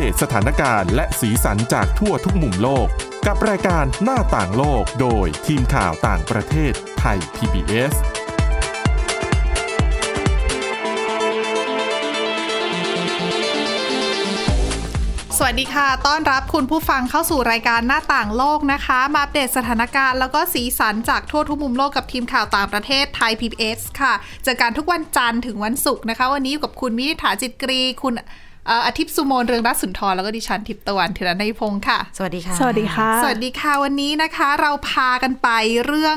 ดตสถานการณ์และสีสันจากทั่วทุกมุมโลก กับรายการหน้าต่างโลกโดยทีมข่าวต่างประเทศไทย PBS สวัสดีค่ะ ต้อนรับคุณผู้ฟังเข้าสู่รายการหน้าต่างโลกนะคะ มาอัปเดตสถานการณ์แล้วก็สีสันจากทั่วทุกมุมโลกกับทีมข่าวต่างประเทศไทย PBS ค่ะเจอกันทุกวันจันทร์ถึงวันศุกร์นะคะ วันนี้อยู่กับคุณมินิษฐาจิตกรี คุณเอ่ออาทิตย์สุโมนเรืองรัตน์สุนทรแล้วก็ดิฉันทิพย์ตะวันเทระนยพงศ์ค่ะ สวัสดีค่ะ สวัสดีค่ะ สวัสดีค่ะวันนี้นะคะเราพากันไปเรื่อง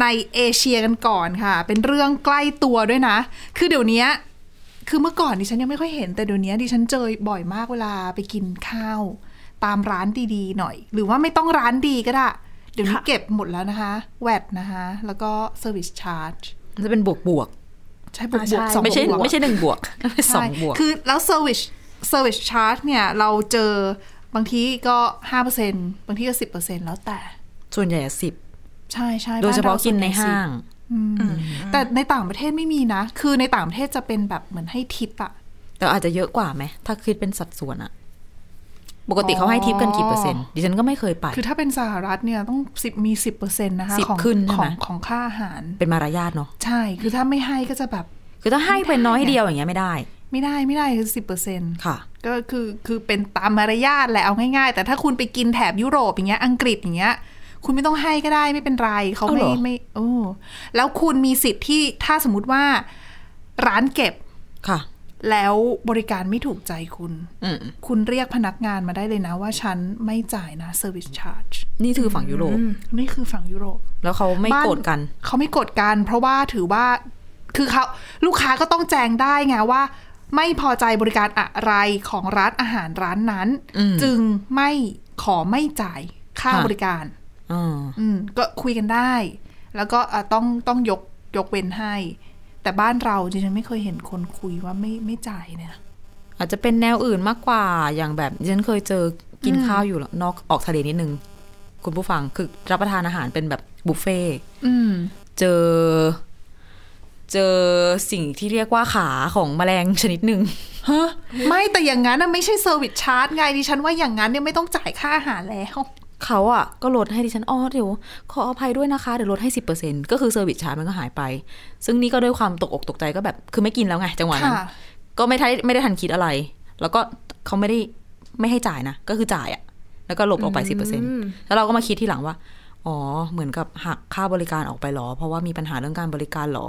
ในเอเชียกันก่อนค่ะ เป็นเรื่องใกล้ตัวด้วยนะ คือเดี๋ยวนี้คือเมื่อก่อนดิฉันยังไม่ค่อยเห็นแต่เดี๋ยวนี้ดิฉันเจอบ่อยมากเวลาไปกินข้าว ตามร้านดีๆหน่อย หรือว่าไม่ต้องร้านดีก็ได้ เดี๋ยวนี้ ค่ะ เก็บหมดแล้วนะคะแวดนะคะ แล้วก็เซอร์วิสชาร์จ มันจะเป็นบวกบวก ใช่บวก อ่า บ ใช่ วกสอง ไม่ใช่ บวก ไม่ใช่หนึ่งบวก ใช่ สองบวก คือแล้วเซอร์วิสเซอร์วิสชาร์จเนี่ย เราเจอบางทีก็ห้าเปอร์เซ็นบางทีก็สิบเปอร์เซ็นแล้วแต่ ส่วนใหญ่อะสิบ ใช่ใช่ โดยเฉพาะ บ้ร กินใน ส่วญ่ ห้าง อืมแต่ในต่างประเทศไม่มีนะ คือในต่างประเทศจะเป็นแบบเหมือนให้ทิปอะ แต่อาจจะเยอะกว่าไหม ถ้าคิดเป็นสัดส่วนอะปกติเขาให้ทิปกันกี่เปอร์เซ็นต์ ดิฉันก็ไม่เคยไป คือถ้าเป็นสหรัฐเนี่ยต้องสิบมีสิบเปอร์เซ็นต์นะคะ 10 ของ ขึ้นขใช่ไหม องของค่าอาหาร เป็นมารยาทเนาะ ใช่ คือถ้าไม่ให้ก็จะแบบ คือถ้าให้เป็นน้อยเดียวอย่างเงี้ยไม่ได้ ไม่ได้ไม่ได้คือสิบเปอร์เซ็นต์ ค่ะ ก็คือคือเป็นตามมารยาทแหละเอาง่ายๆ แต่ถ้าคุณไปกินแถบยุโรปอย่างเงี้ยอังกฤษอย่างเงี้ย คุณไม่ต้องให้ก็ได้ไม่เป็นไรเขา เอาเห ไม่ รอ ไม่โอ้แล้วคุณมีสิทธิ์ที่ถ้าสมมติว่าร้านเก็บ ค่ะ แล้วบริการไม่ถูกใจคุณ อืม คุณเรียกพนักงานมาได้เลยนะว่าฉันไม่จ่ายนะ service charge นี่คือฝั่งยุโรป นี่คือฝั่งยุโรป แล้วเขาไม่ บ้า โกรธกัน เขาไม่โกรธกัน เพราะว่าถือว่าคือเขาลูกค้าก็ต้องแจ้งได้ไงว่า ไม่พอใจบริการอะไรของร้านอาหารร้านนั้น อืม จึงไม่ขอไม่จ่ายค่า ค่ะ บริการ อ่า อืมก็คุยกันได้ แล้วก็อ่ะต้องต้องยกยกเว้นให้ แต่บ้านเราดิฉันไม่เคยเห็นคนคุยว่าไม่ไม่จ่ายเนี่ยนะ อาจจะเป็นแนวอื่นมากกว่า อย่างแบบดิฉันเคยเจอกินข้าวอยู่นอกออกทะเลนิดนึง คุณผู้ฟัง คือรับประทานอาหารเป็นแบบบุฟเฟ่ อืม เจอ เจอสิ่งที่เรียกว่าขาของแมลงชนิดหนึ่ง ไม่แต่อย่างนั้นน่ะไม่ใช่เซอร์วิสชาร์จไงดิฉันว่าอย่างนั้นเนี่ยไม่ต้องจ่ายค่าอาหารแล้ว เขาอ่ะ ก็ลดให้ดิฉันอ๋อเดี๋ยว ขออภัยด้วยนะคะ เดี๋ยวลดให้สิบเปอร์เซ็นก็คือเซอร์วิสชาร์จมันก็หายไป ซึ่งนี่ก็ด้วยความตกอกตกใจก็แบบ คือไม่กินแล้วไง จังหวะนั้น ค่ะ ก็ไม่ทันไม่ได้ทันคิดอะไร แล้วก็เขาไม่ได้ไม่ให้จ่ายนะ ก็คือจ่ายอะแล้วก็ลบออกไปสิบเปอร์เซ็นแล้วเราก็มาคิดทีหลังว่า อ๋อ เหมือนกับหักค่าบริการออกไปหรอ เพราะว่ามีปัญหาเรื่องการบริการหรอ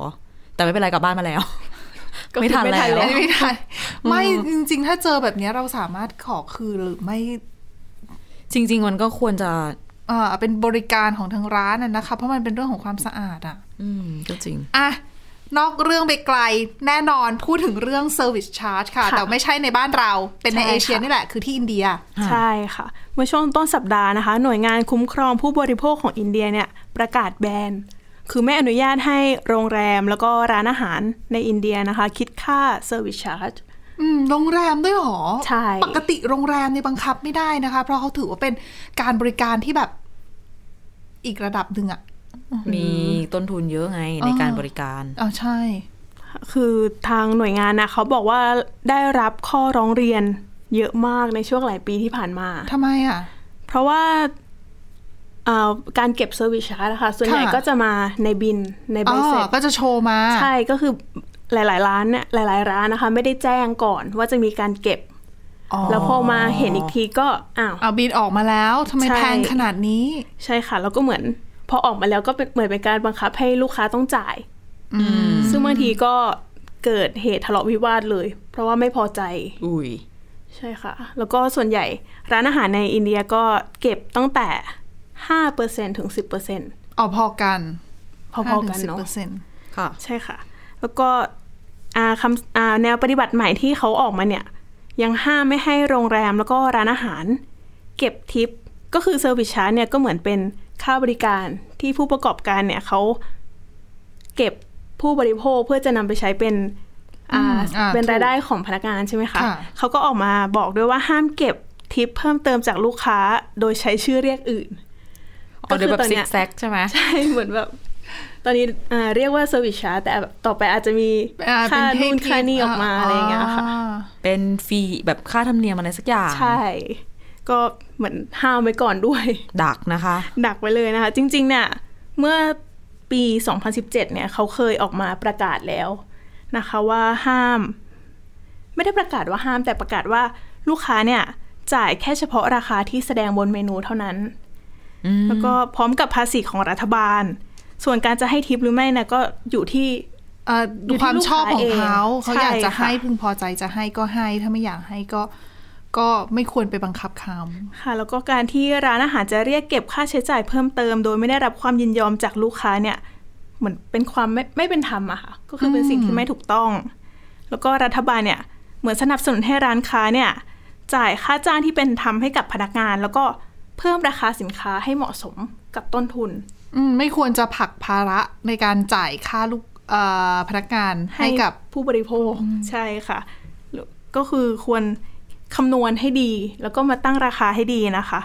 แต่ไม่เป็นไรกลับบ้านมาแล้ว ก็คือ ไม่ทัน ไม่ทั แล้ นแล้ว ว ไม่ได้ไม่จริงๆ ถ้าเจอแบบเนี้ยเราสามารถขอคืนหรือไม่ จริง ๆ มันก็ควรจะ เอ่อเป็นบริการของทางร้านน่ะนะคะ เพราะมันเป็นเรื่องของความสะอาดอะ อืมก็จริง อ่ะนอกเรื่องไปไกลแน่นอนพูดถึงเรื่อง Service Charge ค่ะ ค่ะ แต่ไม่ใช่ในบ้านเราเป็นใน ใช่เอค่ะเชียนี่แหละ คือที่อินเดีย ใช่ค่ะ เมื่อช่วงต้นสัปดาห์นะคะ หน่วยงานคุ้มครองผู้บริโภคของอินเดียเนี่ยประกาศแบน คือไม่อนุญาตให้โรงแรมแล้วก็ร้านอาหารในอินเดียนะคะ คิดค่า Service Charge อืมโรงแรมด้วยเหรอ ใช่ ปกติโรงแรมเนี่ยบังคับไม่ได้นะคะ เพราะเขาถือว่าเป็นการบริการที่แบบอีกระดับหนึ่งอะ มีต้นทุนเยอะไงในการบริการ อ๋อใช่ คือทางหน่วยงานนะเขาบอกว่าได้รับข้อร้องเรียนเยอะมากในช่วงหลายปีที่ผ่านมา ทำไมอะ เพราะว่าเอ่อการเก็บเซอร์วิสชาร์จนะคะส่วนใหญ่ ค่ะ ก็จะมาในบินในใบ อ๋ เสร็ อ จ ก็จะโชว์มา ใช่ก็คือหลาย ๆ ร้านเนี่ยหลาย ๆ ร้านนะคะ ไม่ได้แจ้งก่อนว่าจะมีการเก็บ อ๋อ แล้วพอมาเห็นอีกทีก็อ้าว เอาบินออกมาแล้วทำไม ใช่ แพงขนาดนี้ ใช่ค่ะแล้วก็เหมือน พอออกมาแล้วก็เป็นเหมือนเป็นการบังคับให้ลูกค้าต้องจ่าย ซึ่งบางทีก็เกิดเหตุทะเลาะวิวาทเลย เพราะว่าไม่พอใจ อุ้ย ใช่ค่ะ แล้วก็ส่วนใหญ่ร้านอาหารในอินเดียก็เก็บตั้งแต่5%ถึง 10% อ๋อพอกัน พอๆกันเนาะ 5-10% ค่ะ ใช่ค่ะ แล้วก็อ่าคำอ่าแนวปฏิบัติใหม่ที่เขาออกมาเนี่ย ยังห้ามไม่ให้โรงแรมแล้วก็ร้านอาหาร เก็บทิป ก็คือเซอร์วิสชาร์จเนี่ยก็เหมือนเป็นค่าบริการที่ผู้ประกอบการเนี่ยเขาเก็บผู้บริโภคเพื่อจะนำไปใช้เป็นอ่า อืมอ่า เป็น ถูก รายได้ของพนักงานใช่ไหมคะ ค่ะ เขาก็ออกมาบอกด้วยว่าห้ามเก็บทิปเพิ่มเติมจากลูกค้าโดยใช้ชื่อเรียกอื่น อ๋อเดี๋ยวแบบ ก็คือตอน ซิ เนี้ ก ย แซกใช่ไหม ใช่ เหมือนแบบ ตอนนี้อ่าเรียกว่าเซอร์วิสชาร์จแต่แบบต่อไปอาจจะมี อ่เป็ ค่านู่น เทๆ ค่านี่ออกมาอะไรอย่างเงี้ยค่ะ อ่า เป็นฟรีแบบค่าธรรมเนียมอะไรสักอย่าง ใช่ ก็เหมือนห้ามไว้ก่อนด้วย ดักนะคะ ดักไว้เลยนะคะ จริงๆเนี่ยเมื่อปี 2017เนี่ยเขาเคยออกมาประกาศแล้วนะคะว่าห้าม ไม่ได้ประกาศว่าห้ามแต่ประกาศว่าลูกค้าเนี่ยจ่ายแค่เฉพาะราคาที่แสดงบนเมนูเท่านั้น อืม แล้วก็พร้อมกับภาษีของรัฐบาล ส่วนการจะให้ทิปหรือไม่นะก็อยู่ที่ เอ่อ อดูยู่ที่ ความชอบของเขา ลูกค้าเอง เขาอยากจะ ใช่ค่ะ ให้พึงพอใจจะให้ก็ให้ ถ้าไม่อยากให้ก็ ก็ไม่ควรไปบังคับเขา ค่ะ แล้วก็การที่ร้านอาหารจะเรียกเก็บค่าใช้จ่ายเพิ่มเติม โดยไม่ได้รับความยินยอมจากลูกค้าเนี่ยเหมือนเป็นความไม่ไม่เป็นธรรมอะค่ะก็คือเป็นสิ่งที่ไม่ถูกต้อง แล้วก็รัฐบาลเนี่ยเหมือนสนับสนุนให้ร้านค้าเนี่ยจ่ายค่าจ้างที่เป็นธรรมให้กับพนักงาน แล้วก็เพิ่มราคาสินค้าให้เหมาะสมกับต้นทุน อืมไม่ควรจะผลักภาระในการจ่ายค่าลูกเอ่อพนักงานให้กับ ผู้บริโภคใช่ค่ะหรือก็คือควรคำนวณให้ดี แล้วก็มาตั้งราคาให้ดีนะคะ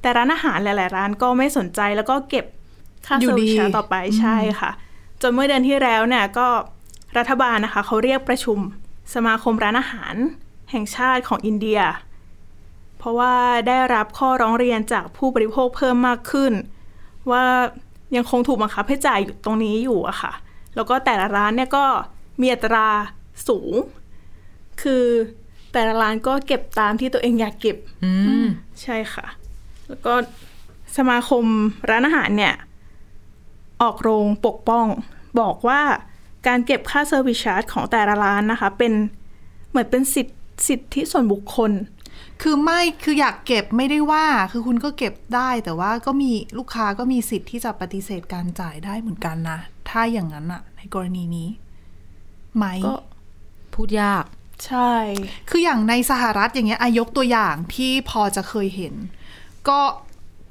แต่ร้านอาหารหลาย ๆ ร้านก็ไม่สนใจแล้วก็เก็บค่า อยู่ เซอร์ ดี วิสชาร์จต่อไปใช่ค่ะ จนเมื่อเดือนที่แล้วเนี่ยก็รัฐบาลนะคะเขาเรียกประชุมสมาคมร้านอาหารแห่งชาติของอินเดีย เพราะว่าได้รับข้อร้องเรียนจากผู้บริโภคเพิ่มมากขึ้น ว่ายังคงถูกบังคับให้จ่ายอยู่ตรงนี้อยู่อะค่ะ แล้วก็แต่ละร้านเนี่ยก็มีอัตราสูง คือแต่ละร้านก็เก็บตามที่ตัวเองอยากเก็บ อืม ใช่ค่ะ แล้วก็สมาคมร้านอาหารเนี่ย ออกโรงปกป้อง บอกว่าการเก็บค่าเซอร์วิสชาร์จของแต่ละร้านนะคะ เป็นเหมือนเป็นสิทธิสิทธิส่วนบุคคล คือไม่คืออยากเก็บไม่ได้ว่า คือคุณก็เก็บได้แต่ว่าก็มีลูกค้าก็มีสิทธิ์ที่จะปฏิเสธการจ่ายได้เหมือนกันนะ ถ้าอย่างนั้นอะในกรณีนี้ไหม ก็ พูดยาก ใช่ คืออย่างในสหรัฐอย่างเงี้ยอายกตัวอย่างที่พอจะเคยเห็น ก็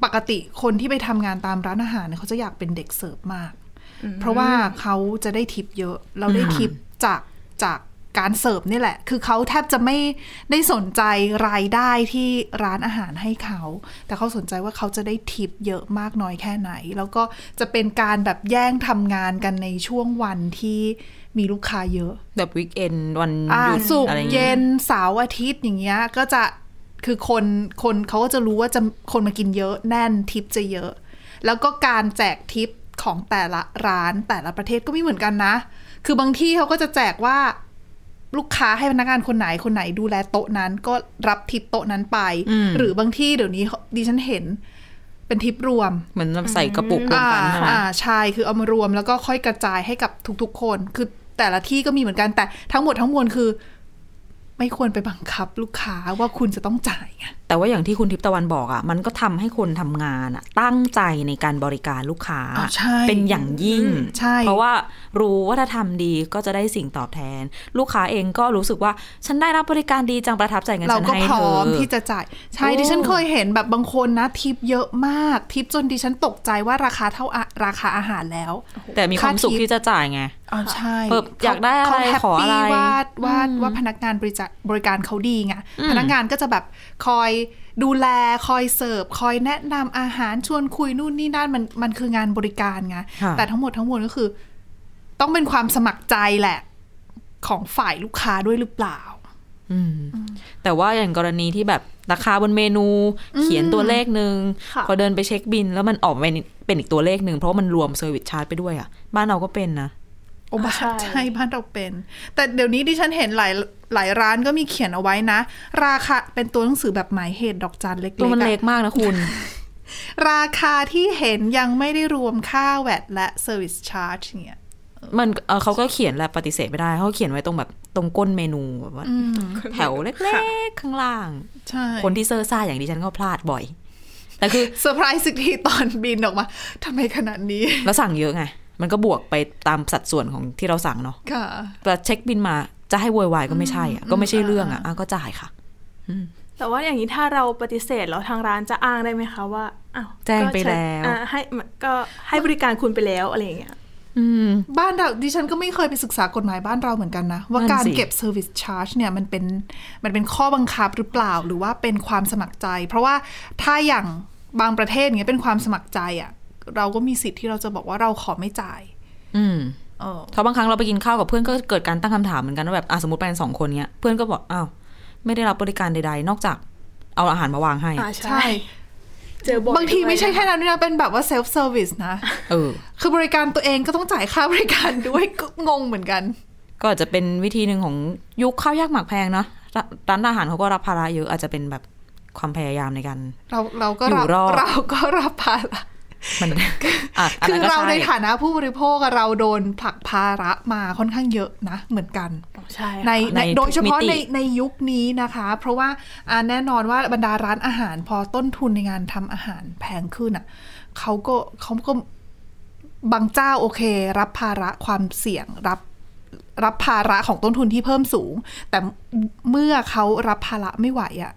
ปกติคนที่ไปทำงานตามร้านอาหารเนี่ยเขาจะอยากเป็นเด็กเสิร์ฟมาก เพราะว่าเขาจะได้ทิปเยอะเราได้ทิปจากจากการเสิร์ฟนี่แหละ คือเขาแทบจะไม่ได้สนใจรายได้ที่ร้านอาหารให้เขา แต่เขาสนใจว่าเขาจะได้ทิปเยอะมากน้อยแค่ไหน แล้วก็จะเป็นการแบบแย่งทำงานกันในช่วงวันที่มีลูกค้าเยอะ แบบวิกเอนวัน อ่า หยุด สุก อะไร ร์ อย่าง เย็ เงี้ย นเสาร์อาทิตย์อย่างเงี้ยก็จะคือคนคนเขาก็จะรู้ว่าจะคนมากินเยอะแน่นทิปจะเยอะ แล้วก็การแจกทิปของแต่ละร้านแต่ละประเทศก็ไม่เหมือนกันนะ คือบางที่เขาก็จะแจกว่าลูกค้าให้พนักงานคนไหนคนไหนดูแลโต๊ะนั้น ก็รับทิปโต๊ะนั้นไป หรือบางที่เดี๋ยวนี้เขาดิฉันเห็นเป็นทิปรวม เหมือนใส่กระปุกรวมกันใช่ไหม อ่าอ่าใช่คือเอามารวมแล้วก็ค่อยกระจายให้กับทุกๆ คน คือแต่ละที่ก็มีเหมือนกันแต่ทั้งหมดทั้งมวลคือ ไม่ควรไปบังคับลูกค้าว่าคุณจะต้องจ่ายไง แต่ว่าอย่างที่คุณทิพย์ตะวันบอกอ่ะ มันก็ทำให้คนทำงานอ่ะ ตั้งใจในการบริการลูกค้า อ่าใช่ เป็นอย่างยิ่ง อืมใช่ เพราะว่ารู้ว่าถ้าทำดีก็จะได้สิ่งตอบแทน ลูกค้าเองก็รู้สึกว่าฉันได้รับบริการดีจังประทับใจงั้น เรา ฉัน ก็ ให้ พ เธ ร้อ อ มที่จะจ่ายใช่ โอ้ ดิฉันเคยเห็นแบบบางคนนะทิปเยอะมาก ทิปจนดิฉันตกใจว่าราคาเท่าอะราคาอาหารแล้ว แต่มีความสุข ค่าทิป ที่จะจ่ายไง อ๋อใช่ เอออยากได้อะไร เขาแฮป ขออะ ปี้ ไร ว่าว่าว่าพนักงานบริจาบริการเขาดีไง อืม พนักงานก็จะแบบคอยดูแลคอยเสิร์ฟคอยแนะนำอาหารชวนคุยนู่นนี่นั่นมันมันคืองานบริการไง ค่ะ แต่ทั้งหมดทั้งมวลก็คือ ต้องเป็นความสมัครใจแหละ ของฝ่ายลูกค้าด้วยหรือเปล่า อืมแต่ว่าอย่างกรณีที่แบบราคาบนเมนู เขียนตัวเลขหนึ่ง ค่ะ พอเดินไปเช็คบิน แล้วมันออกมาเป็นเป็นอีกตัวเลขหนึ่งเพราะว่ามันรวมเซอร์วิสชาร์จไปด้วยอ่ะ บ้านเราก็เป็นนะ โอ้บ้าน ใช่ ใช่บ้านเราเป็น แต่เดี๋ยวนี้ดิฉันเห็นหลายหลายร้านก็มีเขียนเอาไว้นะ ราคาเป็นตัวหนังสือแบบหมายเหตุดอกจันเล็กๆ ตัวมัน อะ เล็กมากนะคุณ ราคาที่เห็นยังไม่ได้รวมค่าแวดและ Service Charge เนี่ย มันเอ่อเขาก็เขียนแหละปฏิเสธไม่ได้เขาเขียนไว้ตรงแบบตรงก้นเมนูแบบว่าแถวเล็กๆข้างล่าง ใช่ คนที่เซอร์ซ่าอย่างดิฉันก็พลาดบ่อย แต่คือ เซอร์ไพรส์สิกทีตอนบินออกมา ทำไมขนาดนี้ แล้วสั่งเยอะไง มันก็บวกไปตามสัดส่วนของที่เราสั่งเนาะ ค่ะ แต่เช็คบินมาจะให้โวยวายก็ไม่ใช่อะก็ไม่ใช่เรื่องอะอ่ะก็จ่ายค่ะ แต่ว่าอย่างนี้ถ้าเราปฏิเสธแล้วทางร้านจะอ้างได้ไหมคะว่าอ้าว แจ้งไปแล้ว ก็ฉันอ่าให้ก็ให้บริการคุณไปแล้วอะไรอย่างเงี้ย อืม บ้านเราดิฉันก็ไม่เคยไปศึกษากฎหมายบ้านเราเหมือนกันนะ ว่า นั่นสิ การเก็บ Service Charge เนี่ยมันเป็นมันเป็นข้อบังคับหรือเปล่าหรือว่าเป็นความสมัครใจ เพราะว่าถ้าอย่างบางประเทศเนี่ยเป็นความสมัครใจอะเราก็มีสิทธิ์ที่เราจะบอกว่าเราขอไม่จ่าย อืม โอ้ เพราะบางครั้งเราไปกินข้าวกับเพื่อนก็เกิดการตั้งคำถามเหมือนกันว่าแบบอ่ะสมมติไปกันสองคนเนี้ย เพื่อนก็บอกอ้าวไม่ได้รับบริการใดๆ นอกจากเอาอาหารมาวางให้ อ่า ใช่ ใช่ เจอบ่อย บางทีไม่ใช่ ด้วยนะ แค่นั้นด้วยนะเป็นแบบว่าเซลฟ์เซอร์วิสนะ เออ คือบริการตัวเองก็ต้องจ่ายค่าบริการด้วย ก็งงเหมือนกัน ก็อาจจะเป็นวิธีหนึ่งของยุคข้าวยากหมากแพงเนาะร้านร้านอาหารเขาก็รับภาระเยอะอาจจะเป็นแบบความพยายามในการ เราเราก็ อยู่ รับ รอด เราก็รับภาระ มัน อ่ะน คือนั้น ก็ เรา ช่ ในฐานะผู้บริโภคอะเราโดนผลักภาระมาค่อนข้างเยอะนะเหมือนกัน ใช่ ใน ค่ะ ในโดยเฉพาะ ทุกมิ ใน ติ ในยุคนี้นะคะ เพราะว่าอ่าแน่นอนว่าบรรดาร้านอาหาร พอต้นทุนในงานทำอาหารแพงขึ้นอ่ะเขาก็เขาก็บางเจ้าโอเค รับภาระความเสี่ยงรับ รับภาระของต้นทุนที่เพิ่มสูง แต่เมื่อเขารับภาระไม่ไหวอะ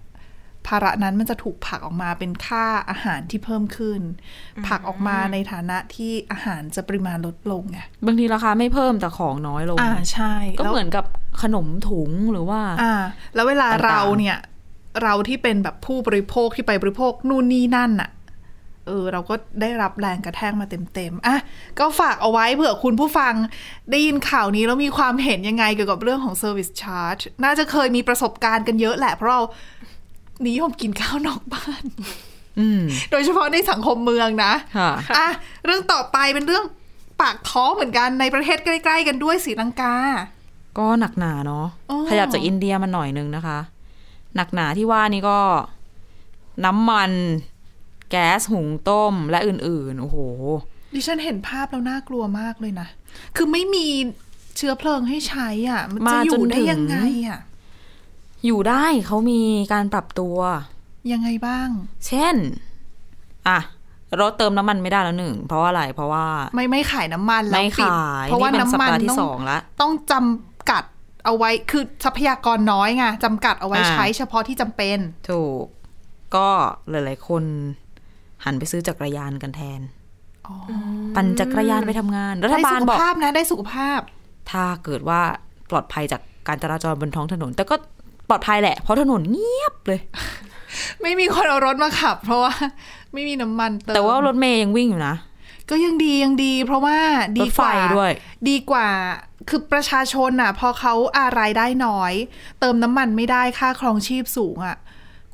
ภาระนั้นมันจะถูกผลักออกมาเป็นค่าอาหารที่เพิ่มขึ้นผลักออกมาในฐานะที่อาหารจะปริมาณลดลงไง บางทีราคาไม่เพิ่มแต่ของน้อยลง อ่าใช่ ก็ แล้ว เหมือนกับขนมถุงหรือว่า อ่าแล้วเวลา ต่างๆ เราเนี่ยเราที่เป็นแบบผู้บริโภคที่ไปบริโภคนู่นนี่นั่นน่ะเออเราก็ได้รับแรงกระแทกมาเต็มๆอ่ะก็ฝากเอาไว้เผื่อคุณผู้ฟังได้ยินข่าวนี้แล้วมีความเห็นยังไงเกี่ยวกับเรื่องของ Service Charge น่าจะเคยมีประสบการณ์กันเยอะแหละ เพราะเรานิยมกินข้าวนอกบ้าน อืม โดยเฉพาะในสังคมเมืองนะ ค่ะ อ่ะเรื่องต่อไปเป็นเรื่องปากท้องเหมือนกันในประเทศใกล้ ๆ กันด้วยศรีลังกา ก็หนักหนาเนาะ อ๋อ ขยับจากอินเดียมาหน่อยนึงนะคะ หนักหนาที่ว่านี่ก็น้ำมัน แก๊สหุงต้มและอื่นๆ โอ้โห ดิฉันเห็นภาพแล้วน่ากลัวมากเลยนะ คือไม่มีเชื้อเพลิงให้ใช้อ่ะ มันจะ มา อ จยู่นได้ ถึง ยังไงอ่ะ อยู่ได้เขามีการปรับตัว ยังไงบ้าง เช่น อ่ะ รถเติมน้ำมันไม่ได้แล้วหนึ่ง เพราะว่าอะไร เพราะว่า ไม่ไม่ขายน้ำมันแล้ว ไม่ ปิด ขาย เพราะว่าน้ำมัน นี่เป็นสัปดาห์ที่ ต้อง สองละ ต้องจำกัดเอาไว้คือทรัพยากรน้อยไงจำกัดเอาไว้ อ่า ใช้เฉพาะที่จำเป็น ถูก ก็หลายๆ คน หันไปซื้อจักรยานกันแทน อ๋อ ปั่นจักรยานไปทำงาน รัฐ ได้ บา สุ ล ข บอก ภาพนะได้สุขภาพ ถ้าเกิดว่าปลอดภัยจากการจราจรบนท้องถนน แต่ก็ปลอดภัยแหละ เพราะถนนเงียบเลย ไม่มีคนเอารถมาขับ เพราะว่า ไม่มีน้ำมันเติม แต่ว่ารถเมย์ยังวิ่งอยู่นะ ก็ยังดียังดี เพราะว่าดี รถ ก ไฟ ว่า ด้วย ดีกว่าคือประชาชนน่ะ พอเขาอารายได้น้อย เติมน้ำมันไม่ได้ค่าครองชีพสูงอะ่ะ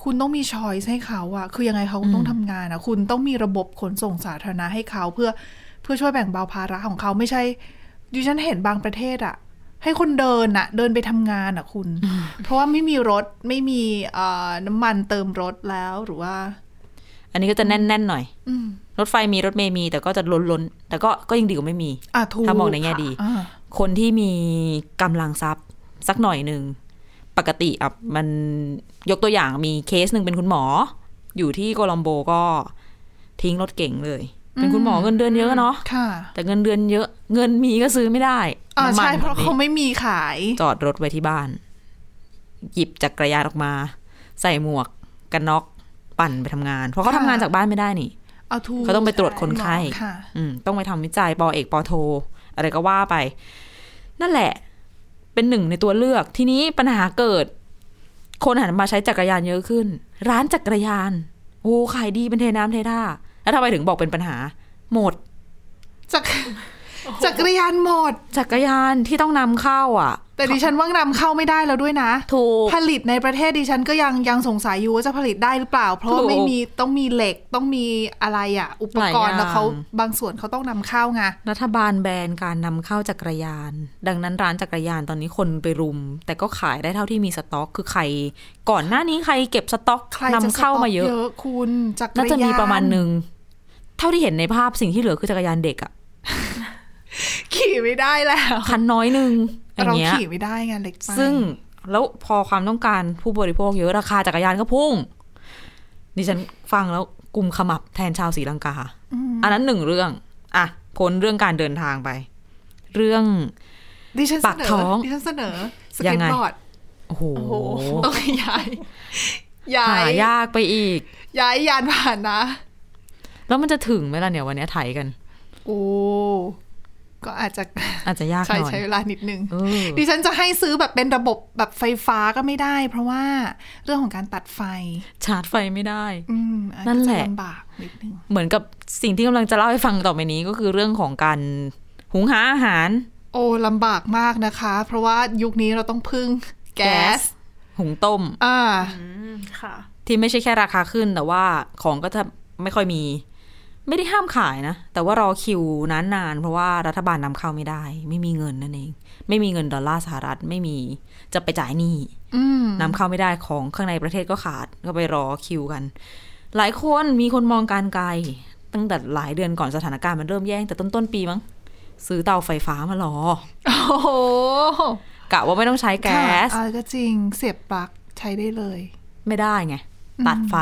คุณต้องมีช้อยส์ให้เขาอะ่ะ คือยังไงเขาก็ต้องทำงานอะ่ะ คุณต้องมีระบบขนส่งสาธารณะให้เขาเพื่อเพื่อช่วยแบ่งเบาภาระของเขาไม่ใช่ดิฉันเห็นบางประเทศอะ่ะ ให้คนเดินน่ะ เดินไปทำงานอ่ะคุณ เพราะว่าไม่มีรถไม่มีเอ่อน้ำมันเติมรถแล้วหรือว่า อันนี้ก็จะแน่นๆหน่อย อืม รถไฟมีรถเมย์มี แต่ก็จะล้นๆ แต่ก็ก็ยังดีกว่าไม่มี อ่ะถูก ถ้ามองในแง่ดี อ่า คนที่มีกำลังทรัพย์สักหน่อยหนึ่ง ปกติอ่ะมันยกตัวอย่างมีเคสหนึ่งเป็นคุณหมอ อยู่ที่โกลัมโบก็ทิ้งรถเก๋งเลย เป็นคุณหมอเงินเดือนเยอะเนาะ ค่ะ แต่เงินเดือนเยอะ เงินมีก็ซื้อไม่ได้ อ่า น้ำมัน ใช่เพราะ แบบนี้ เขาไม่มีขาย จอดรถไว้ที่บ้าน หยิบจักรยานออกมา ใส่หมวกกันน็อกปั่นไปทำงาน เพราะเขา ค่ะ ทำงานจากบ้านไม่ได้นี่ เอาถูก เขาต้องไปตรวจคนไข้ หมอค่ะ อืมต้องไปทำวิจัยปอเอกปอโท อะไรก็ว่าไป นั่นแหละ เป็นหนึ่งในตัวเลือก ทีนี้ปัญหาเกิด คนหันมาใช้จักรยานเยอะขึ้น ร้านจักรยาน โอ้ขายดีเป็นเทน้ำเทท่า แล้วทำไมถึงบอกเป็นปัญหา หมด จักร จักรยานหมด จักรยานที่ต้องนำเข้าอ่ะ แต่ดิฉันว่านำเข้าไม่ได้แล้วด้วยนะ ถูก ผลิตในประเทศดิฉันก็ยังยังสงสัยอยู่ว่าจะผลิตได้หรือเปล่า เพราะว่า ถูก ไม่มีต้องมีเหล็กต้องมีอะไรอะอุปกรณ์ หลายอย่าง แล้วเขาบางส่วนเขาต้องนำเข้าไง รัฐบาลแบนการนำเข้าจักรยาน ดังนั้นร้านจักรยานตอนนี้คนไปรุม แต่ก็ขายได้เท่าที่มีสต็อก คือใคร ก่อนหน้านี้ใครเก็บสต็อก ใคร นำ จะ เข้ามาเยอะ สต็กคุณจักรยาน น่าจะมีประมาณหนึ่ง เท่าที่เห็นในภาพสิ่งที่เหลือคือจักรยานเด็กอะ ขี่ไม่ได้แล้ว คันน้อยหนึ่งอย่าง เรา เงี้ย ขี่ไม่ได้ไงเหล็กไป ซึ่งแล้วพอความต้องการผู้บริโภคเยอะราคาจักรยานก็พุ่ง ดิฉันฟังแล้วกลุ่มขมับแทนชาวศรีลังกา อันนั้นหนึ่งเรื่อง อ่ะพ้นเรื่องการเดินทางไป เรื่อง ดิฉันเส ปาก น ท้ อ อง ดิฉันเสนอส ยั เก็ต งไง บอร์ด โอ้โห โอ้โห ต้องย้ายย้า หาย ยากไปอีก ย้ายยานผ่านนะ แล้วมันจะถึงไหมล่ะเนี่ยวันเนี้ยไถกัน โอ้ก็อาจจะ อาจจะยากห ใช่ น่อย ใช้เวลานิดนึง เออ ดิฉันจะให้ซื้อแบบเป็นระบบแบบไฟฟ้าก็ไม่ได้ เพราะว่าเรื่องของการตัดไฟ ชาร์จไฟไม่ได้ อืมอาจ นั่น จะ แหละ ลำบากนิดนึง เหมือนกับสิ่งที่กำลังจะเล่าให้ฟังต่อไปนี้ก็คือเรื่องของการ หุงหาอาหาร โอ้ลำบากมากนะคะ เพราะว่ายุคนี้เราต้องพึ่งแก๊ส แก๊ส หุงต้ม อ่า ค่ะ ที่ไม่ใช่แค่ราคาขึ้น แต่ว่าของก็จะไม่ค่อยมี ไม่ได้ห้ามขายนะ แต่ว่ารอคิวนานนานๆเพราะว่ารัฐบาลนำเข้าไม่ได้ ไม่มีเงินนั่นเอง ไม่มีเงินดอลลาร์สหรัฐไม่มีจะไปจ่ายหนี้ อืม นำเข้าไม่ได้ของข้างในประเทศก็ขาดก็ไปรอคิวกัน หลายคนมีคนมองการไกล ตั้งแต่หลายเดือนก่อนสถานการณ์มันเริ่มแย่ตั้งแต่ต้นต้นๆปีมั้งซื้อเตาไฟฟ้ามารอ โอ้โห กะว่าไม่ต้องใช้แก๊ส ค่ะอ่าก็จริงเสียบปลั๊กใช้ได้เลย ไม่ได้ไงตัดไฟ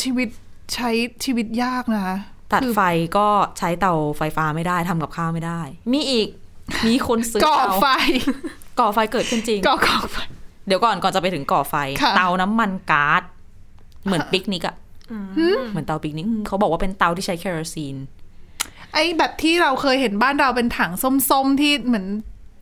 ชีวิตใช้ชีวิตยากนะคะ ตัด คือ ไฟก็ใช้เตาไฟฟ้าไม่ได้ทำกับข้าวไม่ได้ มีอีก มีคนซื้อ ก่อ เตา ไฟ ก่อไฟเกิดขึ้นจริง ก่อก่อไฟ เดี๋ยวก่อนก่อนจะไปถึงก่อไฟ ค่ะ เตาน้ำมันก๊าซเหมือนปิกนิกอะเหมือนเตาปิกนิกอืมเขาบอกว่าเป็นเตาที่ใช้เคโรซีน ไอ้แบบที่เราเคยเห็นบ้านเราเป็นถังส้มๆที่เหมือน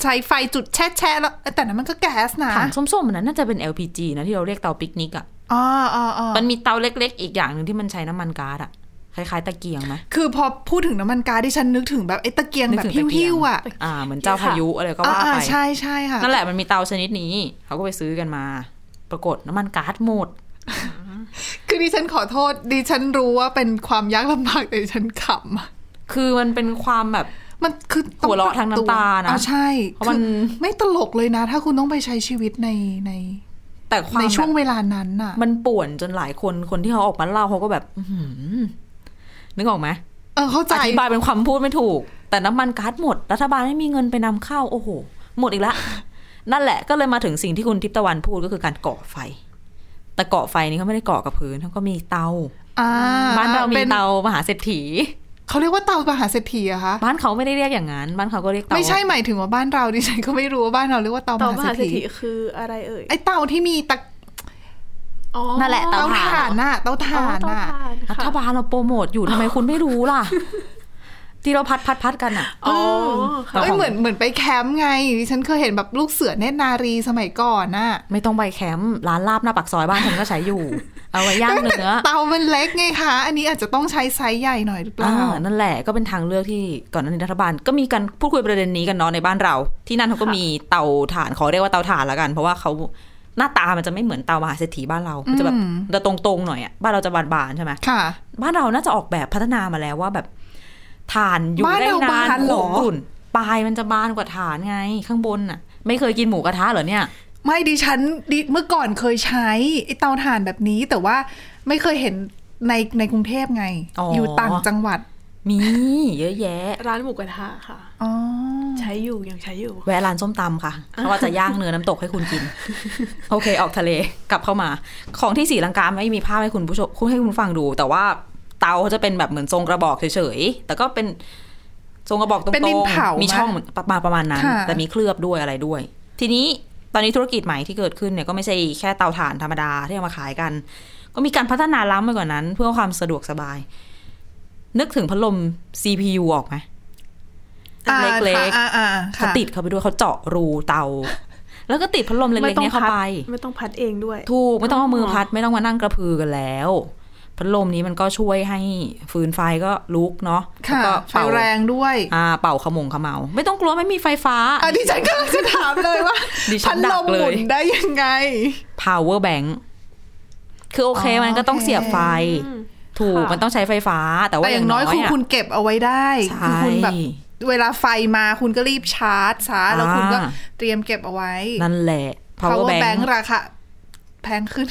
ใช้ไฟจุดแช่แช่ๆแล้วแต่นั้นมันก็แก๊สนะ ถังส้มๆมันนั้นน่าจะเป็น LPG นะที่เราเรียกเตาปิกนิกอะ อ๋ออ๋ออ๋อ มันมีเตาเล็ก ๆ อีกอย่างหนึ่งที่มันใช้น้ำมันก๊าซอะคล้ายๆตะเกียงไหม คือพอพูดถึงน้ำมันก๊าซที่ฉันนึกถึงแบบไอ้ตะเกียง นึก แบบ ถึงตะเกี หิ้ ง วๆอ่ะ อ่าเหมือนเจ้าพายุอะไรก็ อ่า ว่า อ่า ไป ใช่ใช่ค่ะ นั่นแหละมันมีเตาชนิดนี้ เขาก็ไปซื้อกันมา ปรากฏน้ำมันก๊าซหมด คือดิฉันขอโทษดิฉันรู้ว่าเป็นความยากลำบากแต่ดิฉันขำอะ คือมันเป็นความแบบ มันคือต้อ หัวปเราะบ ทั้งน้ำ ว ตานะ อ่ใช่ เพราะ คือ มัน ไม่ตลกเลยนะ ถ้าคุณต้องไปใช้ชีวิตในใน แต่ความ ในช่วง แบบ เวลานั้นน่ะ มันป่วนจนหลายคนคนที่เขาออกมาเล่าเขาก็แบบอื้อหือนึกออกไหม เออเข้าใจ อธิบายเป็นความพูดไม่ถูก แต่น้ำมันก๊าซหมด รัฐบาลไม่มีเงินไปนำเข้า โอ้โห หมดอีกละ นั่นแหละก็เลยมาถึงสิ่งที่คุณทิพย์ตะวันพูดก็คือการก่อไฟ แต่ก่อไฟนี่เขาไม่ได้ก่อกับพื้นเขาก็มีเตา อ่า บ้านเรามี ป็ เตามหาเศรษฐี เขาเรียกว่าเตามหาเศรษฐีเหรอะคะ บ้านเขาไม่ได้เรียกอย่างนั้น บ้านเขาก็เรียกเตา ไม่ใช่หมายถึงว่าบ้านเราดิฉันก็ไม่รู้ว่าบ้านเราเรียกว่าเตา ต่อ ม ม หาเศหาเศร รษษฐี ฐี คืออะไรเอ่ย ไอ้เตาที่มีตะ อ๋อ นั่นแหละเตา เตา ถ่า ถ่าน นน่ะเตา อ๋อ ถ่าน เตา น่ะ ถ่าน รั ค่ะ ฐบาลเราโปรโมทอยู่ทำไมคุณไม่รู้ล่ะ ที่เราพัดพัดพัดกันอ่ะ อ๋อ เตา ค่ะ เอ้ย ของ เหมือนเหมือนไปแคมป์ไงดิฉันเคยเห็นแบบลูกเสือเนตรนารีสมัยก่อนน่ะ ไม่ต้องไปแคมป์ร้านลาบหน้าปากซอยบ้านฉันก็ใช้อยู่ เอาไว้ย่างเนื้อ เตามันเล็กไงคะ อันนี้อาจจะต้องใช้ไซส์ใหญ่หน่อยหรือเป อ่า ล่า นั่นแหละก็เป็นทางเลือกที่ก่อนหน้านี้รัฐบาลก็มีการพูดคุยประเด็นนี้กันเนาะในบ้านเรา ที่นั่นเขาก็มีเตาถ่านขอเรียกว่าเตาถ่านละกัน เพราะว่าเขาหน้าตามันจะไม่เหมือนเตามหาเศรษฐีบ้านเรา มันจะแบบจะตรงๆหน่อยอ่ะบ้านเราจะบานๆใช่ไหม ค่ะ บ้านเราน่าจะออกแบบพัฒนามาแล้วว่าแบบถ่านอยู่ บ้าน ได้ เรา นา บาน นเหรอ คุกรุ่นปลายมันจะบานกว่าถ่านไง ข้างบนอ่ะ ไม่เคยกินหมูกระทะเหรอเนี่ย ไม่ดิฉันดิเมื่อก่อนเคยใช้ไอ้เตาถ่านแบบนี้ แต่ว่าไม่เคยเห็นในในกรุงเทพไง อ๋ออ ยู่ต่างจังหวัด มีเยอะแยะ ร้านหมูกระทะค่ะ อ๋อ ใช้อยู่ยังใช้อยู่ แวะร้านส้มตำค่ะ เพราะว่าจะย่างเนื้อน้ำตกให้คุณกิน โอเค ออกทะเลกลับเข้ามา ของที่สีลังกาไม่มีภาพให้คุณผู้ชมคุณให้คุณฟังดู แต่ว่าเตาเขาจะเป็นแบบเหมือนทรงกระบอกเฉยๆ แต่ก็เป็นทรงกระบอกตรง เป็นดินเผา ๆ มีช่องประมาณประมาณนั้น ค่ะ แต่มีเคลือบด้วยอะไรด้วย ทีนี้ตอนนี้ธุรกิจใหม่ที่เกิดขึ้นเนี่ยก็ไม่ใช่แค่เตาถ่านธรรมดาที่เอามาขายกัน ก็มีการพัฒนาล้ำไปกว่านั้น เพื่อความสะดวกสบาย นึกถึงพัดลม CPU ออกไหม อ่า เล็กๆ ค่ะอ่าอ่า เขา ค่ะ ติดเข้าไปด้วยเขาเจาะรูเตา แล้วก็ติดพัดลมเล็กๆเนี่ยเข้า พั ไป ไม่ต้องพัดเองด้วย ถูกไม่ต้องเอามือพัดไม่ต้องมานั่งกระพือกันแล้ว พัดลมนี้มันก็ช่วยให้ฟืนไฟก็ลุกเนาะค่ะแล้วก็ ไฟ เป่า แรงด้วย อ่าเป่าขมงขมเมาไม่ต้องกลัวไม่มีไฟฟ้า อ่ะดิฉันกำลังจะถามเลยว่า ดิฉั พั น ด ดั ล ก ม เลย หมุนได้ยังไง power bank คือโอเค อ๋อ มันก็ต้อง โอเค เสียบไฟ ถูก ค่ะ มันต้องใช้ไฟฟ้า แต่ว่า แต่อย่อา ย่าง ง น้ น้ อ อย ยคุณ อะ คุณเก็บเอาไว้ได้ ใช่ คือคุณแบบ เวลาไฟมาคุณก็รีบชาร์จซะแล้วคุณก็ อ่า เตรียมเก็บเอาไว้ นั่นแหละ power power bank bank ราคาแพงขึ้น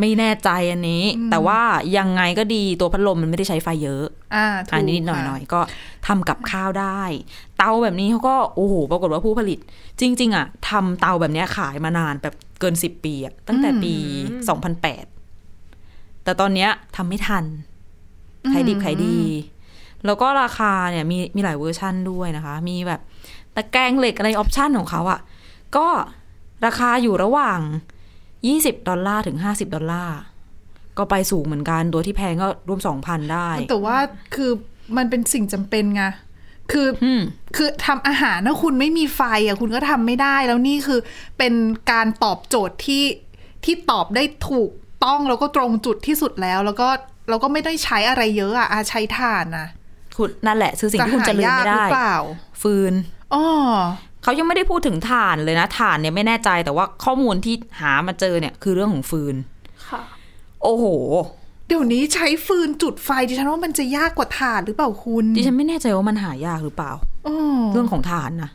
ไม่แน่ใจอันนี้ แต่ว่ายังไงก็ดีตัวพัดลมมันไม่ได้ใช้ไฟเยอะ อ่า อันนี้นิดหน่อยๆก็ทำกับข้าวได้ เตาแบบนี้เขาก็โอ้โหปรากฏว่าผู้ผลิต จริง ๆ อ่ะทำเตาแบบเนี้ยขายมานานแบบเกินสิบปีอะตั้งแต่ปี 2008 แต่ตอนเนี้ยทำไม่ทันขายดิบขายดี แล้วก็ราคาเนี่ยมีมีหลายเวอร์ชั่นด้วยนะคะ มีแบบตะแกรงเหล็กอะไรออปชั่นของเขาอ่ะ ก็ราคาอยู่ระหว่าง 20 ดอลลาร์ถึง 50 ดอลลาร์ก็ไปสูงเหมือนกันตัวที่แพงก็ร่วม 2,000 ได้ แต่ว่าคือมันเป็นสิ่งจำเป็นไงคืออ อืม คือทำอาหารถ้าคุณไม่มีไฟอ่ะคุณก็ทำไม่ได้ แล้วนี่คือเป็นการตอบโจทย์ที่ที่ตอบได้ถูกต้องแล้วก็ตรงจุดที่สุดแล้ว แล้วก็เราก็ไม่ได้ใช้อะไรเยอะอ่ะอาใช้ถ่านนะ คุณนั่นแหละคือสิ่งที่คุณจะลืมไม่ หายากหรื ได้ อเปล่า ฟืน อ๋อ เขายังไม่ได้พูดถึงถ่านเลยนะถ่านเนี่ยไม่แน่ใจแต่ว่าข้อมูลที่หามาเจอเนี่ยคือเรื่องของฟืน ค่ะ โอ้โห เดี๋ยวนี้ใช้ฟืนจุดไฟดิฉันว่ามันจะยากกว่าถ่านหรือเปล่าคุณ ดิฉันไม่แน่ใจว่ามันหายากหรือเปล่า อ๋อ เรื่องของถ่านนะ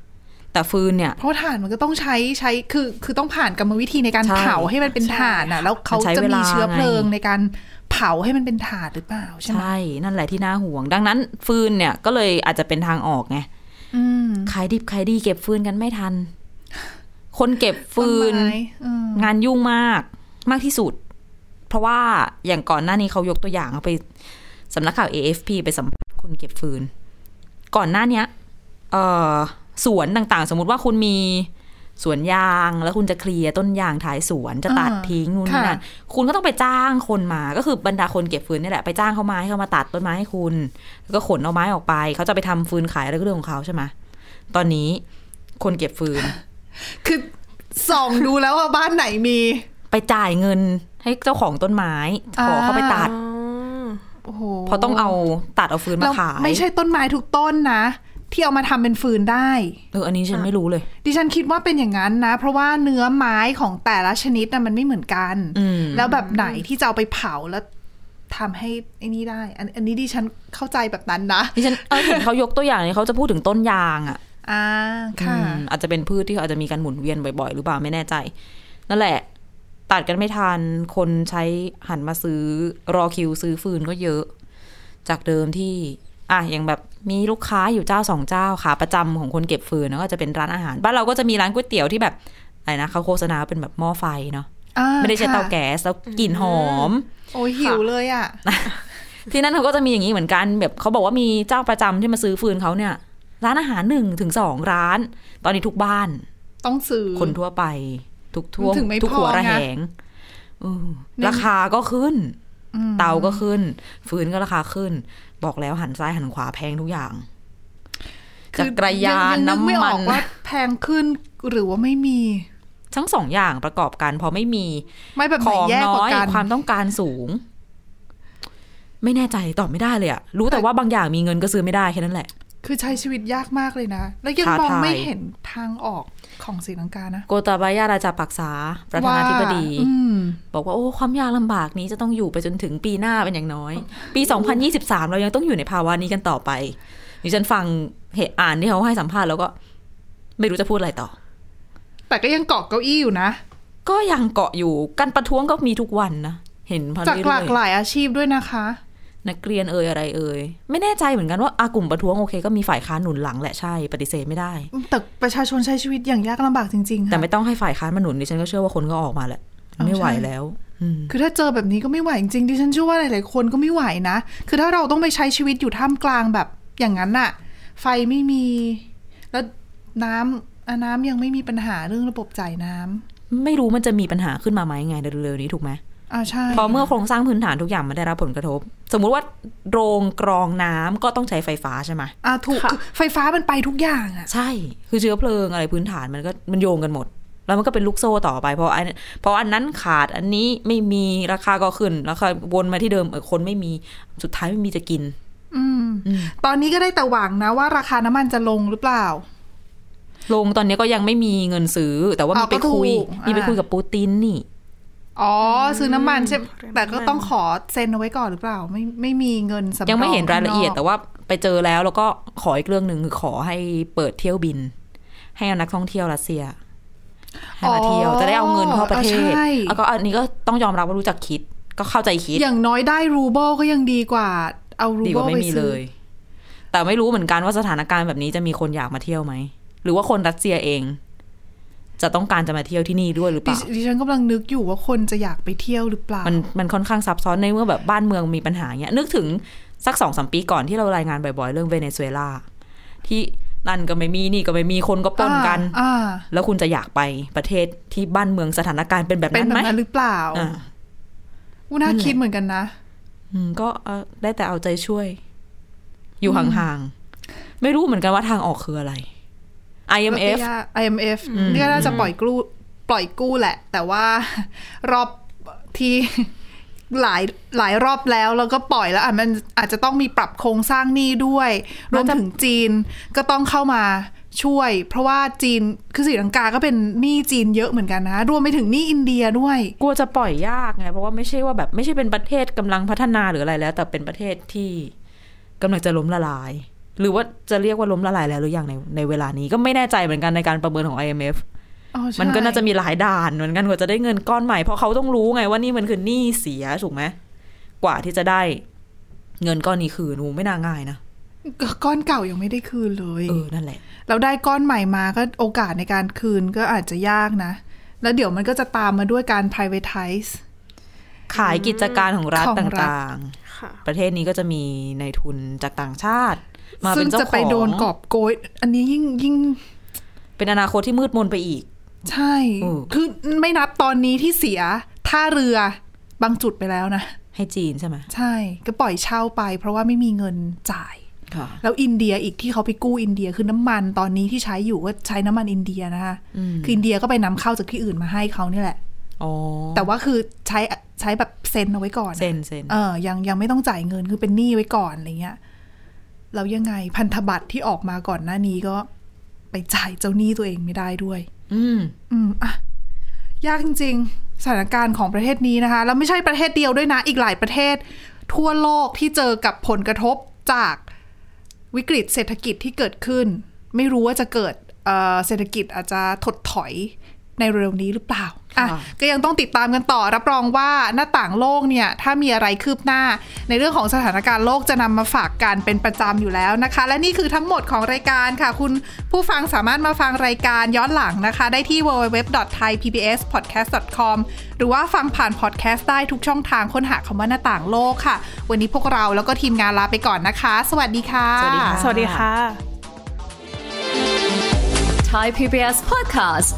แต่ฟืนเนี่ย เพราะถ่านมันก็ต้องใช้ใช้คือคือต้องผ่านกรรมวิธีในการ ใช่ เผาให้มันเป็นถ่านอ่ะ แล้วเขา มันใช้ จะ เว มี ลา เชื้อเพลิง ไง ในการเผาให้มันเป็นถ่านหรือเปล่าใช่ไหม ใช่ นั่นแหละที่น่าห่วง ดังนั้นฟืนเนี่ยก็เลยอาจจะเป็นทางออกไง อืม ขายดิบขายดีเก็บฟืนกันไม่ทัน คนเก็บฟืน ต้ไม้เออ งานยุ่งมากมากที่สุด เพราะว่าอย่างก่อนหน้านี้เขายกตัวอย่างเขาไปสำนักข่าว AFP ไปสัมภาษณ์คนเก็บฟืน ก่อนหน้าเนี้ยเอ่อสวนต่างๆ สมมุติว่าคุณมีสวนยางแล้วคุณจะเคลียร์ต้นยางท้ายสวนจะตัด อ่า ทิ้งนู่นนี่ ค่ะ นั่นคุณก็ต้องไปจ้างคนมาก็คือบรรดาคนเก็บฟืนนี่แหละไปจ้างเขามาให้เขามาตัดต้นไม้ให้คุณ แล้วก็ขนเอาไม้ออกไป เขาจะไปทำฟืนขายอะไรก็เรื่องของเขาใช่ไหมตอนนี้คนเก็บฟืน คือส่องดูแล้วว่าบ้านไหนมี ไปจ่ายเงินให้เจ้าของต้นไม้ อ่า ขอเข้าไปตัด โอ้โห เพราะต้องเอาตัดเอาฟืนมาขาย แล้วไม่ใช่ต้นไม้ทุกต้นนะ ที่เอามาทำเป็นฟืนได้ เอออันนี้ฉันไม่รู้เลย ดิฉันคิดว่าเป็นอย่างนั้นนะ เพราะว่าเนื้อไม้ของแต่ละชนิดนะมันไม่เหมือนกัน อืม แล้วแบบไหนที่จะเอาไปเผาแล้วทำให้ไอ้นี่ได้อันอันนี้ดิฉันเข้าใจแบบนั้นนะ ดิฉันเออเห็นเขายกตัวอย่างเนี่ยเขาจะพูดถึงต้นยางอ่ะ อ่าค่ะ อืมอาจจะเป็นพืชที่เขาอาจจะมีการหมุนเวียนบ่อยๆ หรือเปล่าไม่แน่ใจ นั่นแหละ ตัดกันไม่ทันคนใช้หันมาซื้อรอคิวซื้อฟืนก็เยอะ จากเดิมที่ อ่ะอย่างแบบมีลูกค้าอยู่เจ้าสองเจ้าขาประจำของคนเก็บฟืนแล้วก็จะเป็นร้านอาหารบ้านเราก็จะมีร้านก๋วยเตี๋ยวที่แบบอะไรนะเขาโฆษณาเป็นแบบหม้อไฟเนาะ อ่า ไม่ได้ใช้เตา ค่ะ แก๊สแล้วกลิ่นหอม โอ้ยหิวเลยอ่ะ ที่นั่นเขาก็จะมีอย่างนี้เหมือนกันแบบเขาบอกว่ามีเจ้าประจำที่มาซื้อฟืนเขาเนี่ย ร้านอาหารหนึ่งถึงสองร้าน ตอนนี้ทุกบ้าน ต้องซื้อ คนทั่วไป ทุกทั่ว ถึงไม่ ทุกหัว พอไง ระแหงเออ นั่น ราคาก็ขึ้น อืม เตาก็ขึ้น ฟืนก็ราคาขึ้น บอกแล้วหันซ้ายหันขวาแพงทุกอย่างจักรยาน คือยังยังกไม่ออน้ำมัก น ว่าแพงขึ้นหรือว่าไม่มี ทั้งสองอย่างประกอบกันพอไม่มี ไม่แบบ ข ไหน อง แย่ก น้ ว่า อย กัน ความต้องการสูง ไม่แน่ใจตอบไม่ได้เลยอะรู้แต่ แต่ ว่าบางอย่างมีเงินก็ซื้อไม่ได้แค่นั้นแหละ คือใช้ชีวิตยากมากเลยนะ แล้วยัง ท้าม อง ทาย ไม่เห็นทางออกของศรีลังกานะ โกตาบายาราจาปักษา ประธานาธิบดี ว่อืม บอกว่าโอ้ความยากลำบากนี้จะต้องอยู่ไปจนถึงปีหน้าเป็นอย่างน้อย ปี 2023 เรายังต้องอยู่ในภาวะนี้กันต่อไปดิฉันฟังเหตุอ่านที่เขาให้สัมภาษณ์แล้วก็ ไม่รู้จะพูดอะไรต่อ แต่ก็ยังเกาะเก้าอี้อยู่นะ ก็ยังเกาะอยู่การประท้วงก็มีทุกวันนะเห็นพัน จากหเรื่ลา อย ก ๆ หลายอาชีพด้วยนะคะ นักเรียนเอ่ยอะไรเอ่ยไม่แน่ใจเหมือนกันว่าอากลุ่มประท้วงโอเคก็มีฝ่ายค้านหนุนหลังแหละใช่ปฏิเสธไม่ได้ แต่ประชาชนใช้ชีวิตอย่างยากลำบากจริงๆ แต่ ค่ะ ไม่ต้องให้ฝ่ายค้านมาหนุนดิฉันก็เชื่อว่าคนก็ออกมาแหละ เอา ไม่ไหว ใช่ แล้ว อืม คือถ้าเจอแบบนี้ก็ไม่ไหวจริงๆดิฉันเชื่อว่าหลายๆคนก็ไม่ไหวนะ คือถ้าเราต้องไปใช้ชีวิตอยู่ท่ามกลางแบบอย่างนั้นน่ะ ไฟไม่มี แล้วน้ำอ่ะน้ำยังไม่มีปัญหาเรื่องระบบจ่ายน้ ไม่รู้มันจะมีปัญหาขึ้นมาไหมไงเร็วๆนี้ถูกไหม ำอ่าใช่ พอเมื่อโครงสร้างพื้นฐานทุกอย่างมันได้รับผลกระทบ สมมุติว่าโรงกรองน้ำก็ต้องใช้ไฟฟ้าใช่ไหม อ่าถูก ค่ะ คือไฟฟ้ามันไปทุกอย่างอะ ใช่ คือเชื้อเพลิงอะไรพื้นฐานมันก็มันโยงกันหมด แล้วมันก็เป็นลูกโซ่ต่อไปเพราะอันเพราะอันนั้นขาดอันนี้ไม่มีราคาก็ขึ้นราคาวนมาที่เดิมเออคนไม่มีสุดท้ายไม่มีจะกิน อืม ตอนนี้ก็ได้แต่หวังนะว่าราคาน้ำมันจะลงหรือเปล่า ลงตอนนี้ก็ยังไม่มีเงินซื้อ แต่ว่ามี อ้าว ไป ก็ คุย ถูก มีไป อ่า คุยกับปูตินนี่ อ๋อซื้อน้ำมันใช่ เรื่องน้ำมัน แต่ก็ต้องขอเซ็นเอาไว้ก่อนหรือเปล่า ไม่ไม่มีเงินสำรอง ยังไม่เห็นรายละเอียด ข้งน แต่ ก ว่าไปเจอแล้วแล้วก็ขออีกเรื่องหนึ่งคือขอให้เปิดเที่ยวบิน ให้เอานักท่องเที่ยวรัสเซียให้มาเที่ยวจะได้เอาเงินเข้าประเท อ๋อ ศ ใช่ แล้วก็อันนี้ก็ต้องยอมรับว่ารู้จักคิด ก็เข้าใจคิด อย่างน้อยได้รูเบิลก็ยังดีกว่า เอารู ดีก เบิล ว่าไม่ ไป มีเล ซื้อย แต่ไม่รู้เหมือนกันว่าสถานการณ์แบบนี้จะมีคนอยากมาเที่ยวไหมหรือว่าคนรัสเซียเอง จะต้องการจะมาเที่ยวที่นี่ด้วยหรือเป ดิ ล่า ดิฉันกำลังนึกอยู่ว่าคนจะอยากไปเที่ยวหรือเปล่า มันมันค่อนข้างซับซ้อนในเมื่อแบบบ้านเมืองมีปัญหาเนี้ยนึกถึงสักสองสมปีก่อนที่เรารายงานบ่อยๆ เรื่องเวเนซุเอลาที่นั่นก็ไม่มีนี่ก็ไม่มีคนก็ปล้นกัน อ่าอ่า แล้วคุณจะอยากไปประเทศที่บ้านเมืองสถานการณ์เป็นแบบ เป็น นั้น แบบ ไหม นั้นหรือเปล่า อ่า อู้น่าคิดเหมือนกันนะ อืมก็เอ่อได้แต่เอาใจช่วย อยู่ห่างๆ ไม่รู้เหมือนกันว่าทางออกคืออะไร IMF IMF เนี่ยน่าจะปล่อยกู้ปล่อยกู้แหละ แต่ว่ารอบที่ หลายหลายรอบแล้วแล้วก็ปล่อยแล้วอ่ะมันอาจจะต้องมีปรับโครงสร้างหนี้ด้วยรวมถึงจีนก็ต้องเข้ามาช่วย เพราะว่าจีนคือศรีลังกาก็เป็นหนี้จีนเยอะเหมือนกันนะ รวมไปถึงหนี้อินเดียด้วย กลัวจะปล่อยยากไง เพราะว่าไม่ใช่ว่าแบบไม่ใช่เป็นประเทศกำลังพัฒนาหรืออะไรแล้ว แต่เป็นประเทศที่กำลังจะล้มละลาย หรือว่าจะเรียกว่าล้มละลายแล้วหรือยังในในเวลานี้ก็ไม่แน่ใจเหมือนกันในการประเมินของ IMF อ๋อใช่ มันก็น่าจะมีหลายด่านเหมือนกันกว่าจะได้เงินก้อนใหม่เพราะเขาต้องรู้ไงว่านี่มันคือหนี้เสียถูกไหมกว่าที่จะได้ เงินก้อนนี้คืนหูไม่น่าง่ายนะ ก็ก้อนเก่ายังไม่ได้คืนเลย เออนั่นแหละ เราได้ก้อนใหม่มาก็โอกาสในการคืนก็อาจจะยากนะ แล้วเดี๋ยวมันก็จะตามมาด้วยการ privatize ขายกิจการของรัฐ ของรัฐต่าง ค่ะ ๆ ประเทศนี้ก็จะมีในทุนจากต่างชาติ มา ซึ่งเป็นเจ้า จะ ข ไป อง โดนกอบโกย อันนี้ยิ่งยิ่ง เป็นอนาคตที่มืดมนไปอีก ใช่ อืม คือไม่นับตอนนี้ที่เสียท่าเรือบางจุดไปแล้วนะ ให้จีนใช่ไหม ใช่ ก็ปล่อยเช่าไป เพราะว่าไม่มีเงินจ่าย ค่ะ แล้วอินเดียอีกที่เขาไปกู้อินเดียคือน้ำมันตอนนี้ที่ใช้อยู่ก็ใช้น้ำมันอินเดียนะคะ อืม คืออินเดียก็ไปนำเข้าจากที่อื่นมาให้เขานี่แหละ อ๋อ แต่ว่าคือใช้ใช้แบบเซ็นเอาไว้ก่อน เซ็นเซ็น เออยังยังไม่ต้องจ่ายเงินคือเป็นหนี้ไว้ก่อนอะไรเงี้ยแล้วยังไงพันธบัตรที่ออกมาก่อนหน้านี้ก็ไปจ่ายเจ้าหนี้ตัวเองไม่ได้ด้วย อืม อืมอ่ะยากจริงๆสถานการณ์ของประเทศนี้นะคะ แล้วไม่ใช่ประเทศเดียวด้วยนะ อีกหลายประเทศ ทั่วโลกที่เจอกับผลกระทบจากวิกฤตเศรษฐกิจที่เกิดขึ้น ไม่รู้ว่าจะเกิดเอ่อเศรษฐกิจอาจจะถดถอยในเร็วนี้หรือเปล่าอ่ะก็ยังต้องติดตามกันต่อรับรองว่าหน้าต่างโลกเนี่ย ถ้ามีอะไรคืบหน้า ในเรื่องของสถานการณ์โลกจะนำมาฝากกันเป็นประจำอยู่แล้วนะคะ และนี่คือทั้งหมดของรายการค่ะ คุณผู้ฟังสามารถมาฟังรายการย้อนหลังนะคะ ได้ที่ www.thaipbspodcast.com หรือว่าฟังผ่านพอดแคสต์ได้ทุกช่องทางค้นหาคำว่าหน้าต่างโลกค่ะ วันนี้พวกเราแล้วก็ทีมงานลาไปก่อนนะคะ สวัสดีค่ะ สวัสดีค่ะ สวัสดีค่ะ Thai PBS podcast.